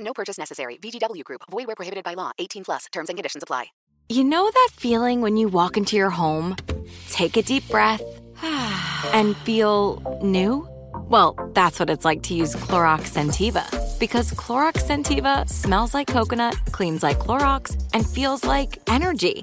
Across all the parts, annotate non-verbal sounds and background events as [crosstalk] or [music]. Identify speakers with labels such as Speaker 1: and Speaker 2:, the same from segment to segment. Speaker 1: No purchase necessary. VGW Group. Void where prohibited by law. 18 plus. Terms and conditions apply.
Speaker 2: You know that feeling when you walk into your home, take a deep breath, [sighs] and feel new? Well, that's what it's like to use Clorox Sentiva. Because Clorox Sentiva smells like coconut, cleans like Clorox, and feels like energy.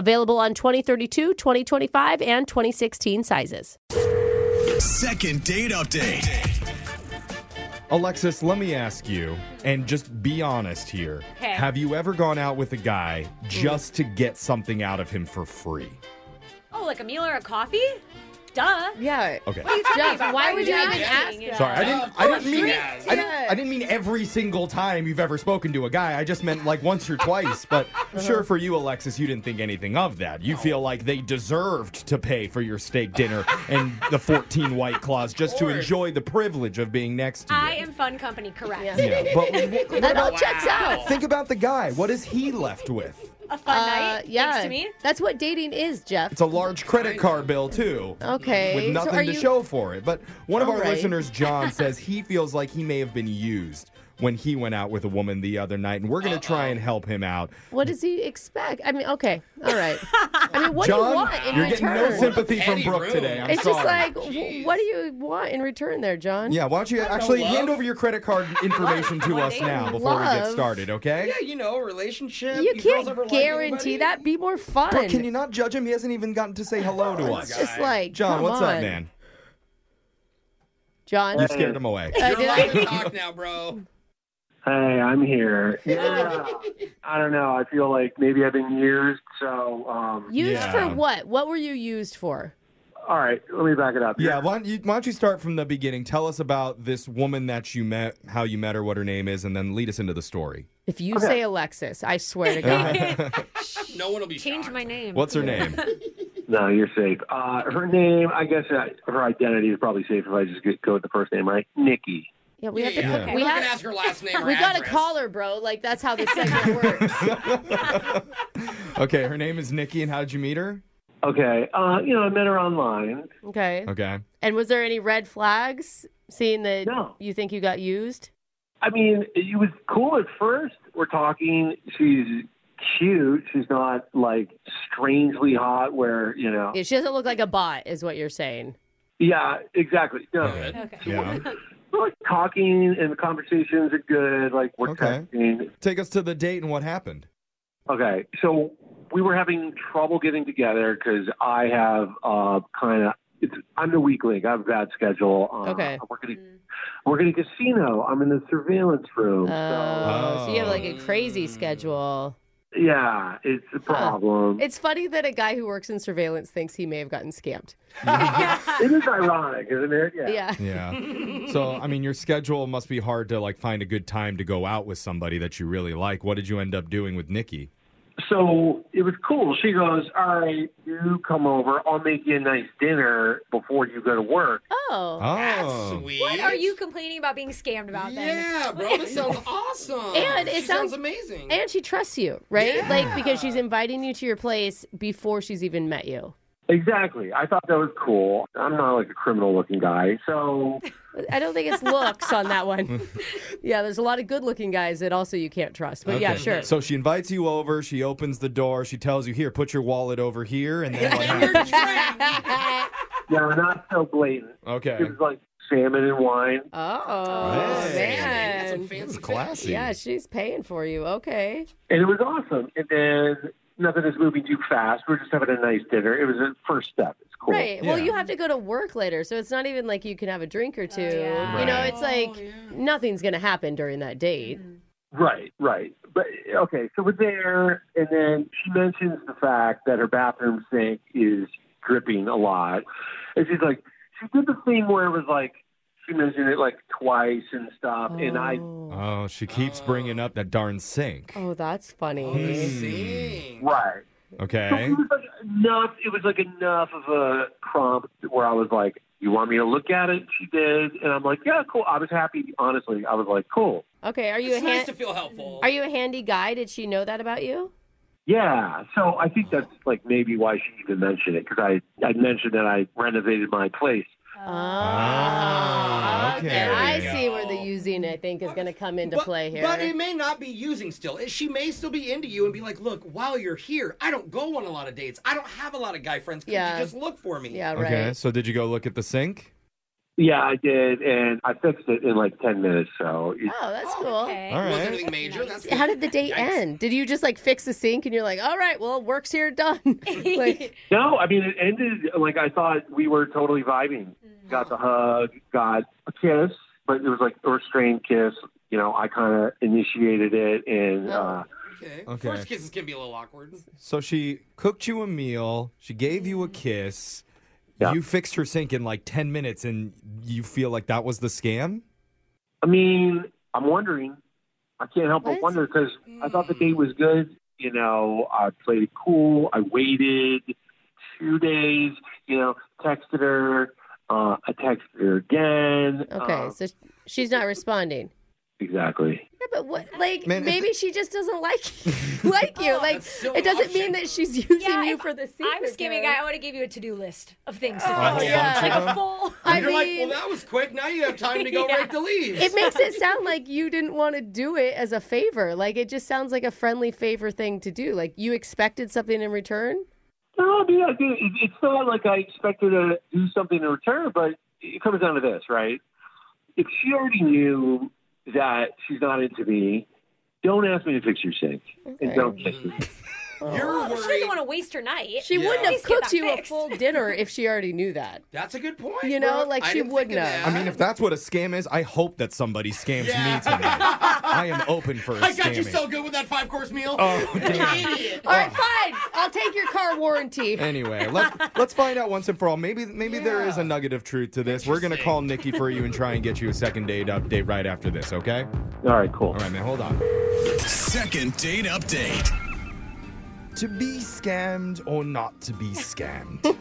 Speaker 3: Available on 2032, 2025, and 2016 sizes.
Speaker 4: Second date update.
Speaker 5: Alexis, let me ask you, and just be honest here.
Speaker 3: Okay.
Speaker 5: Have you ever gone out with a guy just to get something out of him for free?
Speaker 6: Oh, like a meal or a coffee? Duh.
Speaker 7: Yeah.
Speaker 5: Okay.
Speaker 7: Jeff, why would you
Speaker 6: You're
Speaker 7: even ask?
Speaker 6: asking.
Speaker 5: Sorry, I didn't. I didn't mean.
Speaker 7: yes.
Speaker 5: I didn't, I didn't mean every single time you've ever spoken to a guy. I just meant like once or twice. But I'm sure, for you, Alexis, you didn't think anything of that. You feel like they deserved to pay for your steak dinner and the 14 white claws just to enjoy the privilege of being next to you.
Speaker 6: I am fun company, correct.
Speaker 5: Yeah, but
Speaker 3: [laughs]
Speaker 5: what
Speaker 3: That all
Speaker 5: about-
Speaker 3: checks out.
Speaker 5: think about the guy. What is he left with?
Speaker 6: A fun
Speaker 7: Uh,
Speaker 6: night
Speaker 7: yeah.
Speaker 6: thanks to me.
Speaker 3: That's what dating is, Jeff.
Speaker 5: It's a large credit card bill too.
Speaker 7: Okay.
Speaker 5: With
Speaker 7: So
Speaker 5: nothing
Speaker 7: are
Speaker 5: to
Speaker 7: you-
Speaker 5: show for it. But one of
Speaker 7: All
Speaker 5: our
Speaker 7: right.
Speaker 3: [laughs]
Speaker 5: listeners, John, says he feels like he may have been used when he went out with a woman the other night, and we're gonna try and help him out.
Speaker 3: What does he expect? I mean, okay, all right. I mean, what do
Speaker 5: John,
Speaker 3: you want in
Speaker 5: are getting
Speaker 3: return?
Speaker 5: no sympathy from
Speaker 8: Petty
Speaker 5: Brooke
Speaker 8: room.
Speaker 5: today. I'm
Speaker 3: it's
Speaker 5: sorry.
Speaker 3: just like, w- what do you want in return there, John?
Speaker 5: yeah, why don't you actually
Speaker 8: love.
Speaker 5: hand over your credit
Speaker 3: [laughs]
Speaker 5: card information to us now before we get
Speaker 3: Love.
Speaker 5: started, okay?
Speaker 8: Yeah, you know, relationship.
Speaker 3: You
Speaker 8: girls
Speaker 3: can't
Speaker 8: ever like
Speaker 3: guarantee
Speaker 8: anybody?
Speaker 3: that. Be more fun.
Speaker 5: Brooke, can you not judge him? He hasn't even gotten to say hello to
Speaker 3: it's
Speaker 5: us.
Speaker 3: just like,
Speaker 5: John,
Speaker 3: come
Speaker 5: what's
Speaker 3: on.
Speaker 5: up, man?
Speaker 3: John,
Speaker 5: You scared him away. [laughs]
Speaker 3: I
Speaker 8: You're
Speaker 3: did-
Speaker 8: allowed to talk now, bro.
Speaker 9: Hey, I'm here. Yeah. [laughs] I don't know. I feel like maybe I've been used. So, um,
Speaker 3: used
Speaker 5: Yeah.
Speaker 3: for what? What were you used for?
Speaker 9: all right, let me back it up.
Speaker 5: Yeah, why don't, you, why don't you start from the beginning? Tell us about this woman that you met, how you met her, what her name is, and then lead us into the story.
Speaker 3: If you say Alexis, I swear
Speaker 8: [laughs]
Speaker 3: to God.
Speaker 8: No one will be
Speaker 6: Change
Speaker 8: shocked.
Speaker 6: my name.
Speaker 5: What's her name?
Speaker 9: No, you're safe. Uh, her name, I guess uh, her identity is probably safe if I just get, go with the first name, right? Nikki.
Speaker 3: Yeah, we have to.
Speaker 8: Yeah,
Speaker 5: Okay.
Speaker 3: We
Speaker 8: We're not gonna
Speaker 3: have.
Speaker 8: ask her last name. Or
Speaker 3: We gotta
Speaker 8: address.
Speaker 3: call her, bro. Like that's how this segment works.
Speaker 8: [laughs]
Speaker 5: okay, her name is Nikki, and how did you meet her?
Speaker 9: Okay. Uh, you know, I met her online.
Speaker 3: Okay.
Speaker 5: Okay.
Speaker 3: And was there any red flags seeing that
Speaker 9: No.
Speaker 3: you think you got used?
Speaker 9: I mean, it was cool at first. We're talking. She's cute. She's not like strangely hot, where, you know.
Speaker 3: Yeah, she doesn't look like a bot, is what you're saying.
Speaker 9: Yeah, exactly. No.
Speaker 5: Good.
Speaker 6: Okay.
Speaker 5: Yeah.
Speaker 9: We're like talking and the conversations are good. Like, we're
Speaker 5: Okay.
Speaker 9: texting.
Speaker 5: Take us to the date and what happened.
Speaker 9: Okay, so we were having trouble getting together because I have uh, kind of it's I'm the weak link. I have a bad schedule. Uh,
Speaker 3: Okay.
Speaker 9: I work at a, I work at a casino. I'm in the surveillance room.
Speaker 3: Oh, so you have like a
Speaker 8: Oh.
Speaker 3: crazy schedule.
Speaker 9: so, yeah, it's a problem.
Speaker 3: It's funny that a guy who works in surveillance thinks he may have gotten scammed.
Speaker 9: it is ironic, isn't it? Yeah.
Speaker 8: [laughs]
Speaker 3: Yeah.
Speaker 5: Yeah. So, I mean, your schedule must be hard to like find a good time to go out with somebody that you really like. What did you end up doing with Nikki?
Speaker 9: So it was cool. She goes, All right, you come over. I'll make you a nice dinner before you go to work.
Speaker 3: Oh.
Speaker 8: That's
Speaker 5: Oh.
Speaker 8: sweet.
Speaker 6: What are you complaining about being scammed about then?
Speaker 8: Yeah, bro, this sounds awesome.
Speaker 3: And it
Speaker 8: Oh, She
Speaker 3: sounds-
Speaker 8: amazing.
Speaker 3: And she trusts you, right?
Speaker 8: Yeah.
Speaker 3: Like because she's inviting you to your place before she's even met you.
Speaker 9: Exactly. I thought that was cool. I'm not like a criminal looking guy.
Speaker 3: [laughs]
Speaker 9: So
Speaker 3: I don't think it's looks on that one. yeah, there's a lot of good-looking guys that also you can't trust. But yeah,
Speaker 5: Okay.
Speaker 3: sure.
Speaker 5: [laughs] So she invites you over. She opens the door. She tells you, "Here, put your wallet over here." And then what
Speaker 8: Your
Speaker 5: happens?
Speaker 8: drink.
Speaker 9: yeah, not so blatant.
Speaker 5: Okay.
Speaker 9: It was like salmon and wine.
Speaker 3: oh
Speaker 5: Hey.
Speaker 8: That's some
Speaker 3: man.
Speaker 8: fancy
Speaker 5: Classy.
Speaker 3: Yeah, she's paying for you. Okay.
Speaker 9: And it was awesome. And then nothing is moving too fast. We're just having a nice dinner. It was a first step. It's cool.
Speaker 3: Right. Well,
Speaker 5: Yeah.
Speaker 3: you have to go to work later, so it's not even like you can have a drink
Speaker 8: Oh,
Speaker 3: or two.
Speaker 6: yeah.
Speaker 3: You know,
Speaker 5: Right.
Speaker 3: it's like nothing's going to happen during that date.
Speaker 9: Right, right. But okay, so we're there, and then she mentions the fact that her bathroom sink is dripping a lot, and she's like, she did the thing where it was like she mentioned it like twice and stuff, and I
Speaker 3: Oh.
Speaker 5: Oh, she keeps bringing up that darn sink.
Speaker 3: Oh, that's
Speaker 8: Let's
Speaker 3: funny.
Speaker 8: see.
Speaker 9: right. So
Speaker 5: Okay.
Speaker 8: [laughs]
Speaker 9: it was like [laughs] enough. It was like enough of a prompt where I was like, "You want me to look at it?" She did, and I'm like, "Yeah, cool." I was happy. Honestly, I was like, "Cool."
Speaker 3: Okay, are you
Speaker 8: It's
Speaker 3: a
Speaker 8: nice
Speaker 3: han-
Speaker 8: to feel helpful.
Speaker 3: are you a handy guy? Did she know that about you?
Speaker 9: Yeah, so I think that's like maybe why she even mentioned it because I I mentioned that I renovated my place.
Speaker 5: Ah,
Speaker 3: Oh,
Speaker 5: okay.
Speaker 3: I
Speaker 5: There
Speaker 8: you
Speaker 3: see
Speaker 8: go.
Speaker 3: where the using I think is going to come into
Speaker 8: but,
Speaker 3: play here.
Speaker 8: but it may not be using still. She may still be into you and be like, "Look, while you're here, I don't go on a lot of dates. I don't have a lot of guy friends. Could
Speaker 3: Yeah.
Speaker 8: you just look for me?"
Speaker 3: yeah, right.
Speaker 5: Okay. So did you go look at the sink?
Speaker 9: Yeah, I did, and I fixed it in like ten minutes. So it-
Speaker 3: Oh, that's cool.
Speaker 6: Okay.
Speaker 5: All
Speaker 8: It wasn't
Speaker 5: right.
Speaker 8: anything major. That's
Speaker 3: How did the date end? Did you just like fix the sink and you're like, all right, well, work's here,
Speaker 6: [laughs]
Speaker 3: done? like,
Speaker 9: no, I mean it ended like I thought we were totally vibing.
Speaker 3: Mm-hmm.
Speaker 9: Got the hug, got a kiss, but it was like a restrained kiss. You know, I kind of initiated it,
Speaker 3: Oh,
Speaker 9: and uh,
Speaker 8: okay.
Speaker 5: Okay.
Speaker 8: First kisses can be a little awkward.
Speaker 5: So she cooked you a meal. She gave you a kiss.
Speaker 9: Yeah.
Speaker 5: You fixed her sink in like 10 minutes and you feel like that was the scam?
Speaker 9: I mean, I'm wondering. I can't help but
Speaker 3: What? Mm.
Speaker 9: wonder because I thought the date was good. You know, I played it cool. I waited two days. You know, texted her. Uh, I texted her again.
Speaker 3: okay,
Speaker 9: Uh,
Speaker 3: so she's not responding.
Speaker 9: exactly.
Speaker 3: Yeah, but what? Like,
Speaker 5: Man, if-
Speaker 3: maybe she just doesn't
Speaker 5: [laughs]
Speaker 3: like [laughs] like you.
Speaker 8: Oh,
Speaker 3: like,
Speaker 8: that's so
Speaker 3: it doesn't mean
Speaker 8: option.
Speaker 3: that she's using
Speaker 6: Yeah,
Speaker 3: you
Speaker 6: if
Speaker 3: for the secret.
Speaker 6: I'm scamming.
Speaker 3: girl.
Speaker 6: I want to give you a to-do list of things
Speaker 8: Oh,
Speaker 6: to
Speaker 5: A
Speaker 6: do.
Speaker 5: whole
Speaker 3: yeah.
Speaker 5: bunch of
Speaker 6: Like a
Speaker 5: them?
Speaker 6: full.
Speaker 3: I
Speaker 8: you're like,
Speaker 3: mean-
Speaker 8: "Well, that was quick. Now you have [laughs] time to go
Speaker 6: [laughs]
Speaker 8: rake the leaves."
Speaker 3: It makes it sound like you didn't want to do it as a favor. Like it just sounds like a friendly favor thing to do. Like you expected something in return.
Speaker 9: No, I mean, I did, it- it's not like I expected her to do something in return, but it comes down to this, right? If she already knew that she's not into me, don't ask me to fix your sink. And don't fix it.
Speaker 8: You're
Speaker 6: Well, Oh, she
Speaker 8: worried.
Speaker 6: doesn't want to waste her night.
Speaker 3: She wouldn't
Speaker 8: At
Speaker 3: have
Speaker 6: least get
Speaker 3: cooked
Speaker 6: that
Speaker 3: you a
Speaker 6: fixed.
Speaker 3: full dinner if she already knew that.
Speaker 8: That's a good point.
Speaker 3: You know,
Speaker 8: bro.
Speaker 3: like,
Speaker 8: I
Speaker 3: she
Speaker 8: didn't
Speaker 3: wouldn't
Speaker 8: think of
Speaker 3: have.
Speaker 5: I mean, if that's what a scam is, I hope that somebody scams
Speaker 8: Yeah.
Speaker 5: me tonight. I am open for a
Speaker 8: [laughs] I got you
Speaker 5: scamming.
Speaker 8: so good with that five course meal. Oh, idiot.
Speaker 3: All right, fine. I'll take your car warranty.
Speaker 5: Anyway, let's let's find out once and for all. Maybe maybe there is a nugget of truth to this. We're gonna
Speaker 8: Interesting.
Speaker 5: call Nikki for you and try and get you a second date update right after this. Okay?
Speaker 9: All right, cool.
Speaker 5: All right, man. Hold on.
Speaker 4: Second date update.
Speaker 5: To be scammed or not to be scammed?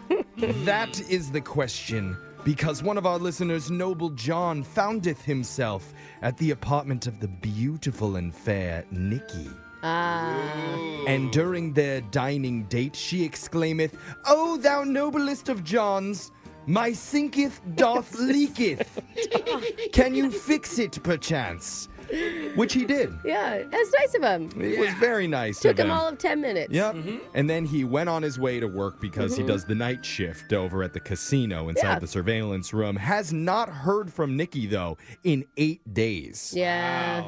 Speaker 5: that is the question. Because one of our listeners, Noble John, foundeth himself at the apartment of the beautiful and fair Nikki. And during their dining date, she exclaimeth, O thou noblest of Johns, my sinketh doth leaketh. Can you fix it perchance? Which he did.
Speaker 3: Yeah, that's nice of him.
Speaker 5: It was very nice.
Speaker 3: Took
Speaker 5: of
Speaker 3: him all of ten minutes.
Speaker 5: Yep. And then he went on his way to work because he does the night shift over at the casino inside
Speaker 3: Yeah.
Speaker 5: the surveillance room. Has not heard from Nikki, though, in eight days.
Speaker 3: Yeah.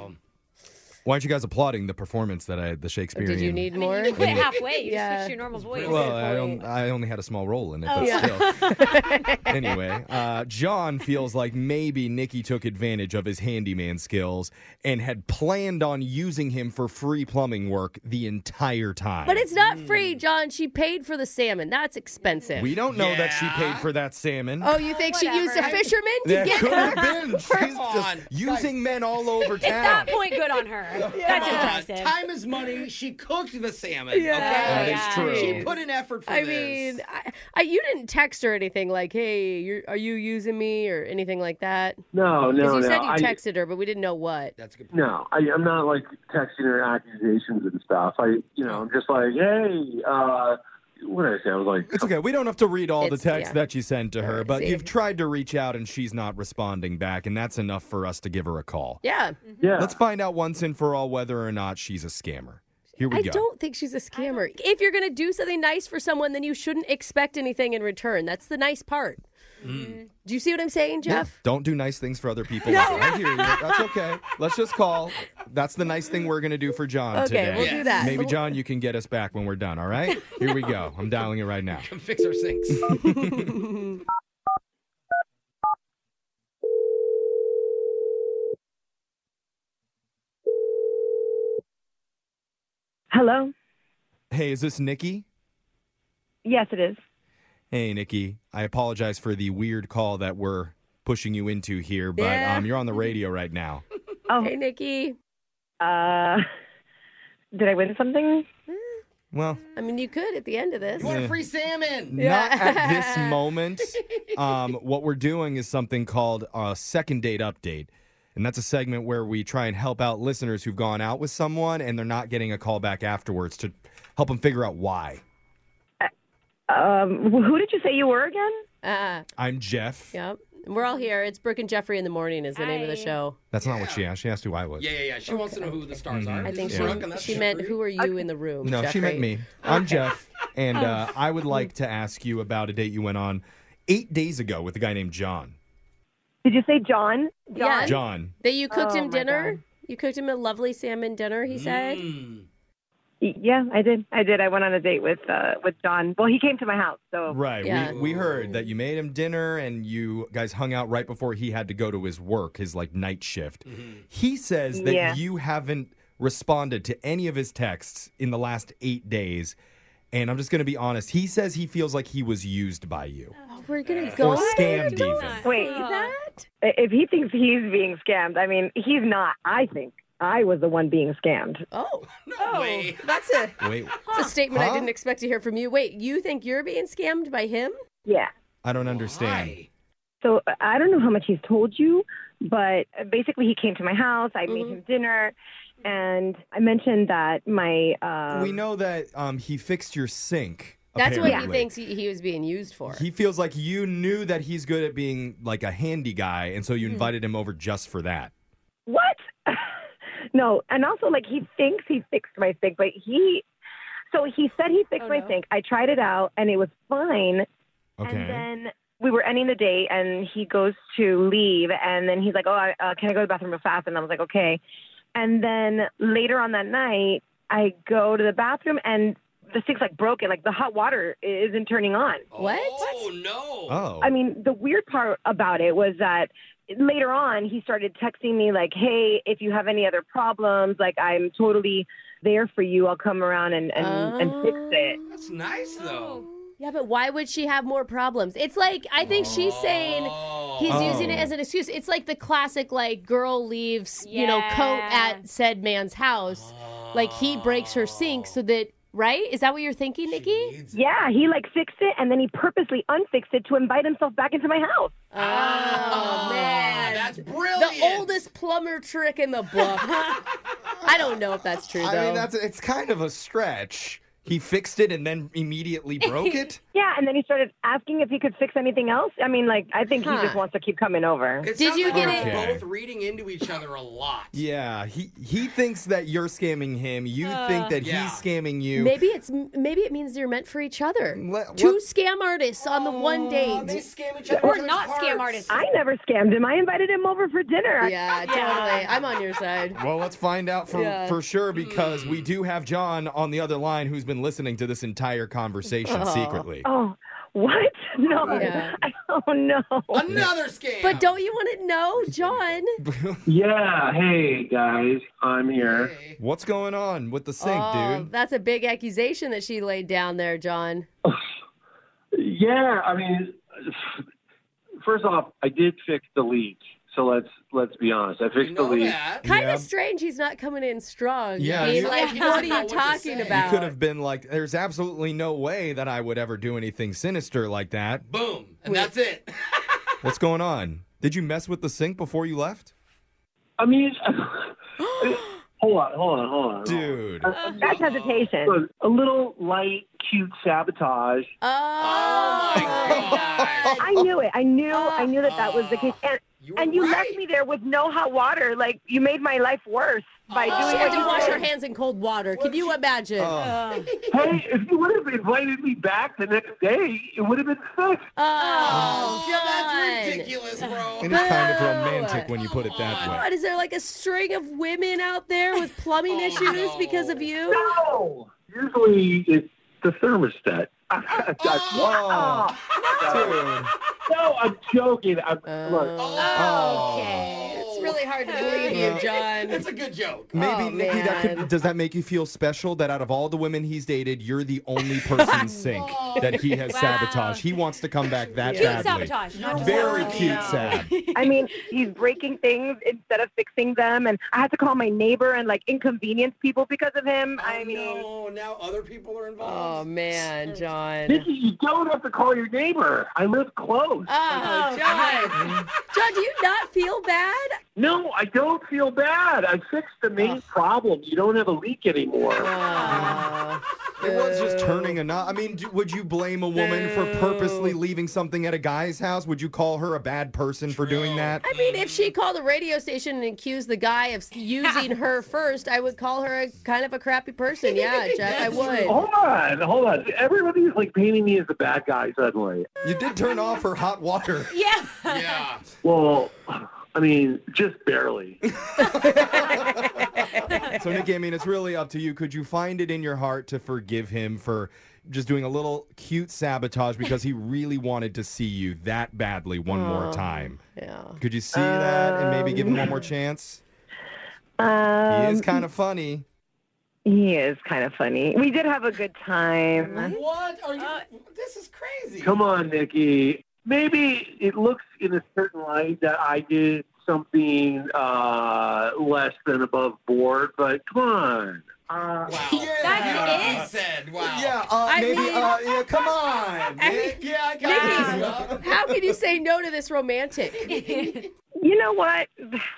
Speaker 5: Why aren't you guys applauding the performance that I, the Shakespearean?
Speaker 3: Did you need
Speaker 6: I mean,
Speaker 3: more?
Speaker 6: you quit halfway. You
Speaker 3: Yeah.
Speaker 6: just switched your normal voice.
Speaker 5: Well,
Speaker 8: uh,
Speaker 5: I, don't, I only had a small role in it,
Speaker 3: Oh,
Speaker 5: but still.
Speaker 3: [laughs]
Speaker 5: anyway, uh, John feels like maybe Nikki took advantage of his handyman skills and had planned on using him for free plumbing work the entire time.
Speaker 3: But it's
Speaker 6: Mm.
Speaker 3: not free, John. She paid for the salmon. That's expensive.
Speaker 5: we don't know that she paid for that salmon.
Speaker 3: Oh, you think she used a
Speaker 6: Whatever.
Speaker 3: fisherman to
Speaker 5: [laughs] That
Speaker 3: get
Speaker 5: could
Speaker 3: her?
Speaker 5: have been. She's
Speaker 8: on.
Speaker 5: just using men all over
Speaker 6: At that [laughs]
Speaker 5: town.
Speaker 6: point, good on her. Oh,
Speaker 8: Come
Speaker 7: That's
Speaker 8: on.
Speaker 7: impressive.
Speaker 8: Time is money. She cooked the salmon.
Speaker 3: [laughs] Yeah.
Speaker 8: okay?
Speaker 3: That is Yeah. true.
Speaker 8: She put an effort for
Speaker 3: I
Speaker 8: this.
Speaker 3: mean, I, I, you didn't text her anything like, "Hey, you're, are you using me?" or anything like that.
Speaker 9: No, no,
Speaker 3: Because you
Speaker 9: no.
Speaker 3: said you
Speaker 9: I-
Speaker 3: texted her, but we didn't know what.
Speaker 8: That's good.
Speaker 9: No, I, I'm not like texting her accusations and stuff. I, you know, I'm just like, hey, uh, what did I say? I was like,
Speaker 5: It's okay. We don't have to read all
Speaker 3: It's-
Speaker 5: the texts
Speaker 3: yeah.
Speaker 5: that you sent to her, but
Speaker 3: see.
Speaker 5: you've tried to reach out and she's not responding back, and that's enough for us to give her a call.
Speaker 3: Yeah,
Speaker 9: yeah,
Speaker 5: Let's find out once and for all whether or not she's a scammer. Here we
Speaker 3: I
Speaker 5: go.
Speaker 3: don't think she's a scammer. If you're gonna do something nice for someone, then you shouldn't expect anything in return. That's the nice part.
Speaker 5: Mm.
Speaker 3: Do you see what I'm saying, Jeff?
Speaker 5: Don't do nice things for other people. I hear you. That's okay. Let's just call. That's the nice thing we're going to do for John
Speaker 3: Okay,
Speaker 5: today.
Speaker 3: we'll do that.
Speaker 5: Maybe, John, you can get us back when we're done, all right? Here we go. I'm dialing it right now.
Speaker 8: Come fix our sinks.
Speaker 10: Hello.
Speaker 5: Hey, is this Nikki?
Speaker 10: Yes, it is.
Speaker 5: Hey, Nikki. I apologize for the weird call that we're pushing you into here, but
Speaker 3: Yeah.
Speaker 5: um, you're on the radio right now.
Speaker 10: Oh,
Speaker 3: Hey, Nikki.
Speaker 10: uh, did I win something?
Speaker 5: Well,
Speaker 3: I mean, you could at the end of this.
Speaker 8: You want
Speaker 5: Yeah.
Speaker 8: a free salmon?
Speaker 5: Not at this
Speaker 8: [laughs]
Speaker 5: moment. Um, what we're doing is something called a second date update. And that's a segment where we try and help out listeners who've gone out with someone and they're not getting a call back afterwards to help them figure out why.
Speaker 10: Um, who did you say you were again?
Speaker 3: Uh,
Speaker 5: I'm Jeff.
Speaker 3: yep. We're all here. It's Brooke and Jeffrey in the morning is the name of the
Speaker 7: Hi.
Speaker 3: show.
Speaker 5: That's not what she asked. She asked who I was.
Speaker 8: Yeah, yeah, yeah. She wants to know who the stars
Speaker 5: Mm-hmm.
Speaker 8: are.
Speaker 3: I think
Speaker 8: Is
Speaker 3: she,
Speaker 8: Brooke on that
Speaker 3: she
Speaker 8: show
Speaker 3: meant
Speaker 8: for you?
Speaker 3: who are you in the room?
Speaker 5: No, she meant
Speaker 3: Jeffrey?
Speaker 5: me. I'm Jeff. And uh, I would like to ask you about a date you went on eight days ago with a guy named John.
Speaker 10: Did you say John?
Speaker 3: Yeah.
Speaker 5: John.
Speaker 3: That you cooked
Speaker 10: Oh,
Speaker 3: him
Speaker 10: my
Speaker 3: dinner. You cooked him a lovely salmon dinner. He said.
Speaker 8: Mm.
Speaker 10: Y- Yeah, I did. I did. I went on a date with uh, with John. Well, he came to my house, so
Speaker 5: Right.
Speaker 3: Yeah.
Speaker 5: We, we heard that you made him dinner and you guys hung out right before he had to go to his work, his like night shift. He says that
Speaker 10: Yeah.
Speaker 5: you haven't responded to any of his texts in the last eight days. And I'm just going to be honest. He says he feels like he was used by you.
Speaker 3: Oh, we're gonna go.
Speaker 5: Or
Speaker 3: there?
Speaker 5: scammed
Speaker 3: Don't
Speaker 5: even.
Speaker 10: Wait.
Speaker 3: say that.
Speaker 10: i- if he thinks he's being scammed, I mean, he's not. I think I was the one being scammed.
Speaker 3: Oh,
Speaker 8: No
Speaker 3: Oh,
Speaker 8: way.
Speaker 3: that's a.
Speaker 5: Wait,
Speaker 3: It's a statement
Speaker 5: Huh?
Speaker 3: I didn't expect to hear from you. Wait, you think you're being scammed by him?
Speaker 10: Yeah.
Speaker 5: I don't understand.
Speaker 8: Why?
Speaker 10: So I don't know how much he's told you, but basically he came to my house. I made
Speaker 5: Mm-hmm.
Speaker 3: Mhm.
Speaker 10: him dinner, and I mentioned that my um,
Speaker 5: we know that um, he fixed your sink.
Speaker 3: That's what he
Speaker 5: apparently.
Speaker 3: thinks he, he was being used for.
Speaker 5: He feels like you knew that he's good at being like a handy guy, and so you invited him over just for that.
Speaker 10: What? no, and also like he thinks he fixed my sink, but he. So he said he fixed
Speaker 3: Oh,
Speaker 10: my
Speaker 3: no.
Speaker 10: sink. I tried it out and it was fine.
Speaker 5: Okay.
Speaker 10: And then we were ending the date and he goes to leave and then he's like, "Oh, I, uh, can I go to the bathroom real fast?" And I was like, "Okay." And then later on that night, I go to the bathroom and the sink's like broken, like the hot water i- isn't turning on.
Speaker 3: What?
Speaker 8: Oh, no.
Speaker 5: oh.
Speaker 10: I mean, the weird part about it was that later on he started texting me like, "Hey, if you have any other problems, like I'm totally there for you. I'll come around and and, and fix it."
Speaker 3: Um,
Speaker 8: That's nice, though.
Speaker 3: Yeah, but why would she have more problems? It's like I think she's saying he's
Speaker 5: Oh.
Speaker 3: using it as an excuse. It's like the classic like girl leaves, you know, coat
Speaker 7: Yeah.
Speaker 3: at said man's house. Like he breaks her sink so that right? Is that what you're thinking, Nikki?
Speaker 10: Yeah, he like fixed it and then he purposely unfixed it to invite himself back into my house.
Speaker 3: Oh,
Speaker 8: Ah,
Speaker 3: man.
Speaker 8: That's
Speaker 3: the
Speaker 8: brilliant.
Speaker 3: oldest plumber trick in the book. [laughs] I don't know if that's true though.
Speaker 5: I mean, that's it's kind of a stretch. He fixed it and then
Speaker 10: [laughs]
Speaker 5: immediately broke it.
Speaker 10: Yeah, and then he started asking if he could fix anything else. I mean, like I think
Speaker 3: Huh.
Speaker 10: he just wants to keep coming over.
Speaker 8: It
Speaker 3: Did
Speaker 8: sounds
Speaker 3: you
Speaker 8: like
Speaker 3: get
Speaker 8: we're
Speaker 5: it?
Speaker 8: both reading into each other a lot.
Speaker 5: Yeah, he he thinks that you're scamming him. You think that
Speaker 8: Yeah.
Speaker 5: he's scamming you.
Speaker 3: Uh, Maybe it's maybe it means they're meant for each other.
Speaker 5: Let-
Speaker 3: Two
Speaker 5: what-
Speaker 3: scam artists on the one
Speaker 8: Oh, they
Speaker 3: date.
Speaker 8: scam each other.
Speaker 7: We're
Speaker 8: with
Speaker 7: not
Speaker 8: parts.
Speaker 7: scam artists.
Speaker 10: I never scammed him. I invited him over for dinner. I-
Speaker 3: Yeah, totally. I'm on your side.
Speaker 5: Well, let's find out for
Speaker 3: Yeah. Mm.
Speaker 5: for sure because we do have John on the other line who's been listening to this entire conversation secretly.
Speaker 10: Oh, what? [laughs] No.
Speaker 3: Yeah.
Speaker 10: Oh no.
Speaker 8: Another scam.
Speaker 3: But don't you want to know, John?
Speaker 9: yeah, hey guys, I'm here.
Speaker 8: Hey.
Speaker 5: [laughs] What's going on with the sink,
Speaker 3: oh,
Speaker 5: dude?
Speaker 3: that's a big accusation that she laid down there, John.
Speaker 9: Yeah, I mean, first off, I did fix the leak, so So let's let's be honest. I fixed the leak.
Speaker 3: Kind of strange he's not coming in strong.
Speaker 5: Yeah,
Speaker 3: Being
Speaker 5: you-
Speaker 3: like,
Speaker 5: you
Speaker 3: what are you talking
Speaker 5: You could
Speaker 3: about?
Speaker 5: have been like, there's absolutely no way that I would ever do anything sinister like that.
Speaker 8: Boom. And that's it. [laughs]
Speaker 5: What's going on? Did you mess with the sink before you left?
Speaker 10: [gasps]
Speaker 9: I mean, [laughs] hold on, hold on, hold on,
Speaker 5: dude.
Speaker 3: Oh,
Speaker 10: That's hesitation.
Speaker 9: A little light, cute sabotage.
Speaker 8: Oh
Speaker 10: Oh. I knew it. I knew. I knew that that was the case.
Speaker 8: [gasps]
Speaker 10: And you, and you left me there with no hot water. Like you made my life worse
Speaker 8: Oh.
Speaker 10: by
Speaker 3: She
Speaker 10: doing
Speaker 3: had
Speaker 10: what
Speaker 3: to
Speaker 10: you
Speaker 3: wash
Speaker 10: did.
Speaker 3: her hands in cold water. Can you imagine?
Speaker 5: Oh.
Speaker 9: Hey, if you would have invited me back the next day, it would have been fixed.
Speaker 3: Oh,
Speaker 8: Yeah, that's
Speaker 3: John.
Speaker 8: ridiculous, bro.
Speaker 5: It is kind of romantic when you put it that way.
Speaker 3: God, Oh, is there like a string of women out there with plumbing
Speaker 8: Oh,
Speaker 3: issues because of you?
Speaker 9: No, usually it's the thermostat. [laughs] I-
Speaker 5: Oh.
Speaker 9: I- no, I'm joking. I'm,
Speaker 3: Oh.
Speaker 9: look,
Speaker 3: Okay. It's really hard to
Speaker 8: [laughs]
Speaker 3: believe you, John.
Speaker 8: That's Oh. a good joke.
Speaker 5: Maybe
Speaker 3: Oh,
Speaker 5: Nikki, that
Speaker 3: man.
Speaker 5: could, does that make you feel special that out of all the women he's dated, you're the only person sink that he has sabotaged? He wants to come back that
Speaker 6: Cute
Speaker 5: badly.
Speaker 6: sabotage. Not just
Speaker 5: Very
Speaker 6: sabotage.
Speaker 5: cute, sab.
Speaker 6: [laughs]
Speaker 10: I mean, he's breaking things instead of fixing them, and I had to call my neighbor and like inconvenience people because of him. I mean,
Speaker 8: no, now other people are
Speaker 3: Oh,
Speaker 8: involved.
Speaker 3: man, John.
Speaker 9: Nikki, you don't have to call your neighbor. I live close.
Speaker 3: Oh, John. John, do you not feel bad?
Speaker 9: No, I don't feel bad. I fixed the main problem. You don't have a leak anymore.
Speaker 5: It was just turning a knot. I mean, do, would you blame a woman for purposely leaving something at a guy's house? Would you call her a bad person for doing that?
Speaker 3: I mean, if she called the radio station and accused the
Speaker 8: [laughs]
Speaker 3: guy of using her first, I would call her a kind of a crappy person. Yeah,
Speaker 8: [laughs]
Speaker 3: Jack, I
Speaker 8: Oh.
Speaker 3: would.
Speaker 9: Hold on, hold on. Everybody's like painting me as the bad guy suddenly.
Speaker 5: You did turn off her hot water.
Speaker 6: Yeah.
Speaker 8: Yeah.
Speaker 9: Well, I mean, just
Speaker 10: [laughs]
Speaker 9: barely.
Speaker 5: So, Nikki, I mean, it's really up to you. Could you find it in your heart to forgive him for just doing a little cute sabotage because he really wanted to see you that badly one
Speaker 3: Oh.
Speaker 5: more time?
Speaker 3: Yeah.
Speaker 5: Could you see that and maybe give him one more chance?
Speaker 10: um,
Speaker 5: he is kind of funny.
Speaker 10: he is kind of funny. We did have a good time.
Speaker 8: What are you?
Speaker 3: Uh,
Speaker 8: this is crazy.
Speaker 9: Come on, Nikki. Maybe it looks in a certain light that I did something uh, less than above board, but come on. Uh,
Speaker 8: Wow.
Speaker 6: That's
Speaker 8: You said, wow.
Speaker 5: Yeah, uh,
Speaker 3: I
Speaker 5: maybe.
Speaker 3: mean-
Speaker 5: uh, yeah, come on. Nick.
Speaker 8: Yeah, I got it.
Speaker 3: How can you say no to this romantic?
Speaker 10: You know what?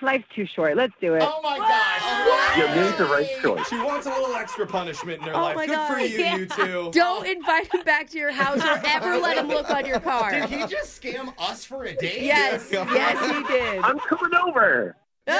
Speaker 10: Life's too short. Let's do it.
Speaker 8: Oh my gosh.
Speaker 9: you made the right choice.
Speaker 5: She wants a little extra punishment in her
Speaker 3: Oh
Speaker 5: life.
Speaker 3: my
Speaker 5: Good for
Speaker 3: God.
Speaker 5: you, you two.
Speaker 3: Don't invite him back to your house or ever let him look on your car.
Speaker 8: Did he just scam us for a date? [laughs]
Speaker 3: Yes, yes, he did.
Speaker 9: I'm coming over.
Speaker 8: Hey,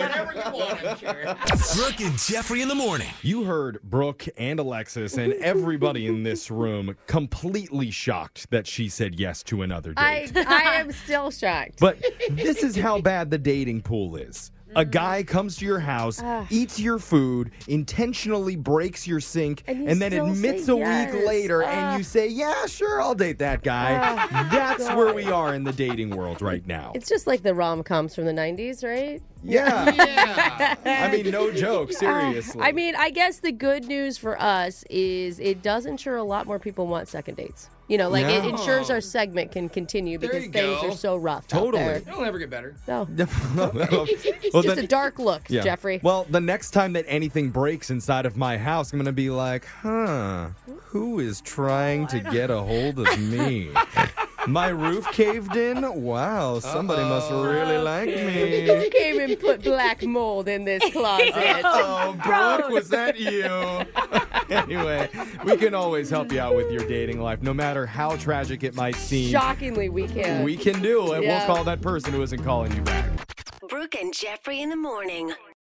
Speaker 8: Whatever you want, I'm sure.
Speaker 4: Brooke and Jeffrey in the morning.
Speaker 5: You heard Brooke and Alexis and everybody in this room completely shocked that she said yes to another date.
Speaker 3: I, I am still shocked.
Speaker 5: But this is how bad the dating pool is. A
Speaker 3: Mm-hmm.
Speaker 5: guy comes to your house,
Speaker 3: Ah.
Speaker 5: eats your food, intentionally breaks your sink,
Speaker 3: And
Speaker 5: and,
Speaker 3: you
Speaker 5: then
Speaker 3: still
Speaker 5: admits
Speaker 3: say
Speaker 5: a
Speaker 3: yes.
Speaker 5: week later,
Speaker 3: Ah.
Speaker 5: and you say, Yeah, sure, I'll date that guy. That's where we are in the dating world right now.
Speaker 3: It's just like the rom coms from the 90s, right?
Speaker 5: yeah.
Speaker 8: Yeah.
Speaker 5: I mean, no joke, seriously.
Speaker 3: Ah. I mean, I guess the good news for us is it does ensure a lot more people want second dates. You know, like it
Speaker 5: Yeah.
Speaker 3: ensures our segment can continue
Speaker 8: There
Speaker 3: because
Speaker 8: you
Speaker 3: things
Speaker 8: go.
Speaker 3: are so rough.
Speaker 5: Totally.
Speaker 3: [laughs] Out there.
Speaker 8: It'll never get better.
Speaker 3: No.
Speaker 5: [laughs]
Speaker 3: [laughs]
Speaker 5: well,
Speaker 3: it's just
Speaker 5: then-
Speaker 3: a dark look,
Speaker 5: Yeah.
Speaker 3: Jeffrey. [laughs]
Speaker 5: Well, the next time that anything breaks inside of my house, I'm going to be like, huh, who is trying to get a hold
Speaker 3: [laughs]
Speaker 5: of me? my roof caved in? Wow, somebody must really like me.
Speaker 3: [laughs] Who came and put black mold in
Speaker 5: [laughs]
Speaker 3: this closet?
Speaker 5: Oh, Brooke, was that you?
Speaker 3: [laughs]
Speaker 5: anyway, we can always help you out with your dating life, no matter how tragic it might seem.
Speaker 3: Shockingly, we can.
Speaker 5: We can do it.
Speaker 3: Yeah.
Speaker 5: We'll call that person who isn't calling you back.
Speaker 7: Brooke and Jeffrey in the morning.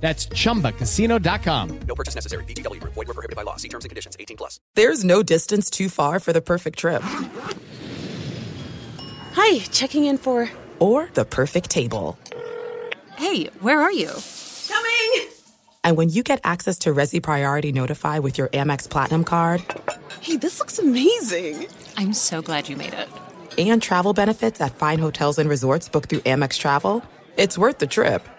Speaker 5: That's ChumbaCasino.com.
Speaker 11: No purchase necessary. VGW Group. Void were prohibited by law. See terms and conditions. 18 plus.
Speaker 2: There's no distance too far for the perfect trip.
Speaker 12: Hi, checking in for.
Speaker 2: Or the perfect table.
Speaker 12: Hey, where are you? Coming!
Speaker 2: And when you get access to Resi Priority Notify with your Amex Platinum card.
Speaker 12: Hey, this looks amazing!
Speaker 2: I'm so glad you made it. And travel benefits at fine hotels and resorts booked through Amex Travel. It's worth the trip.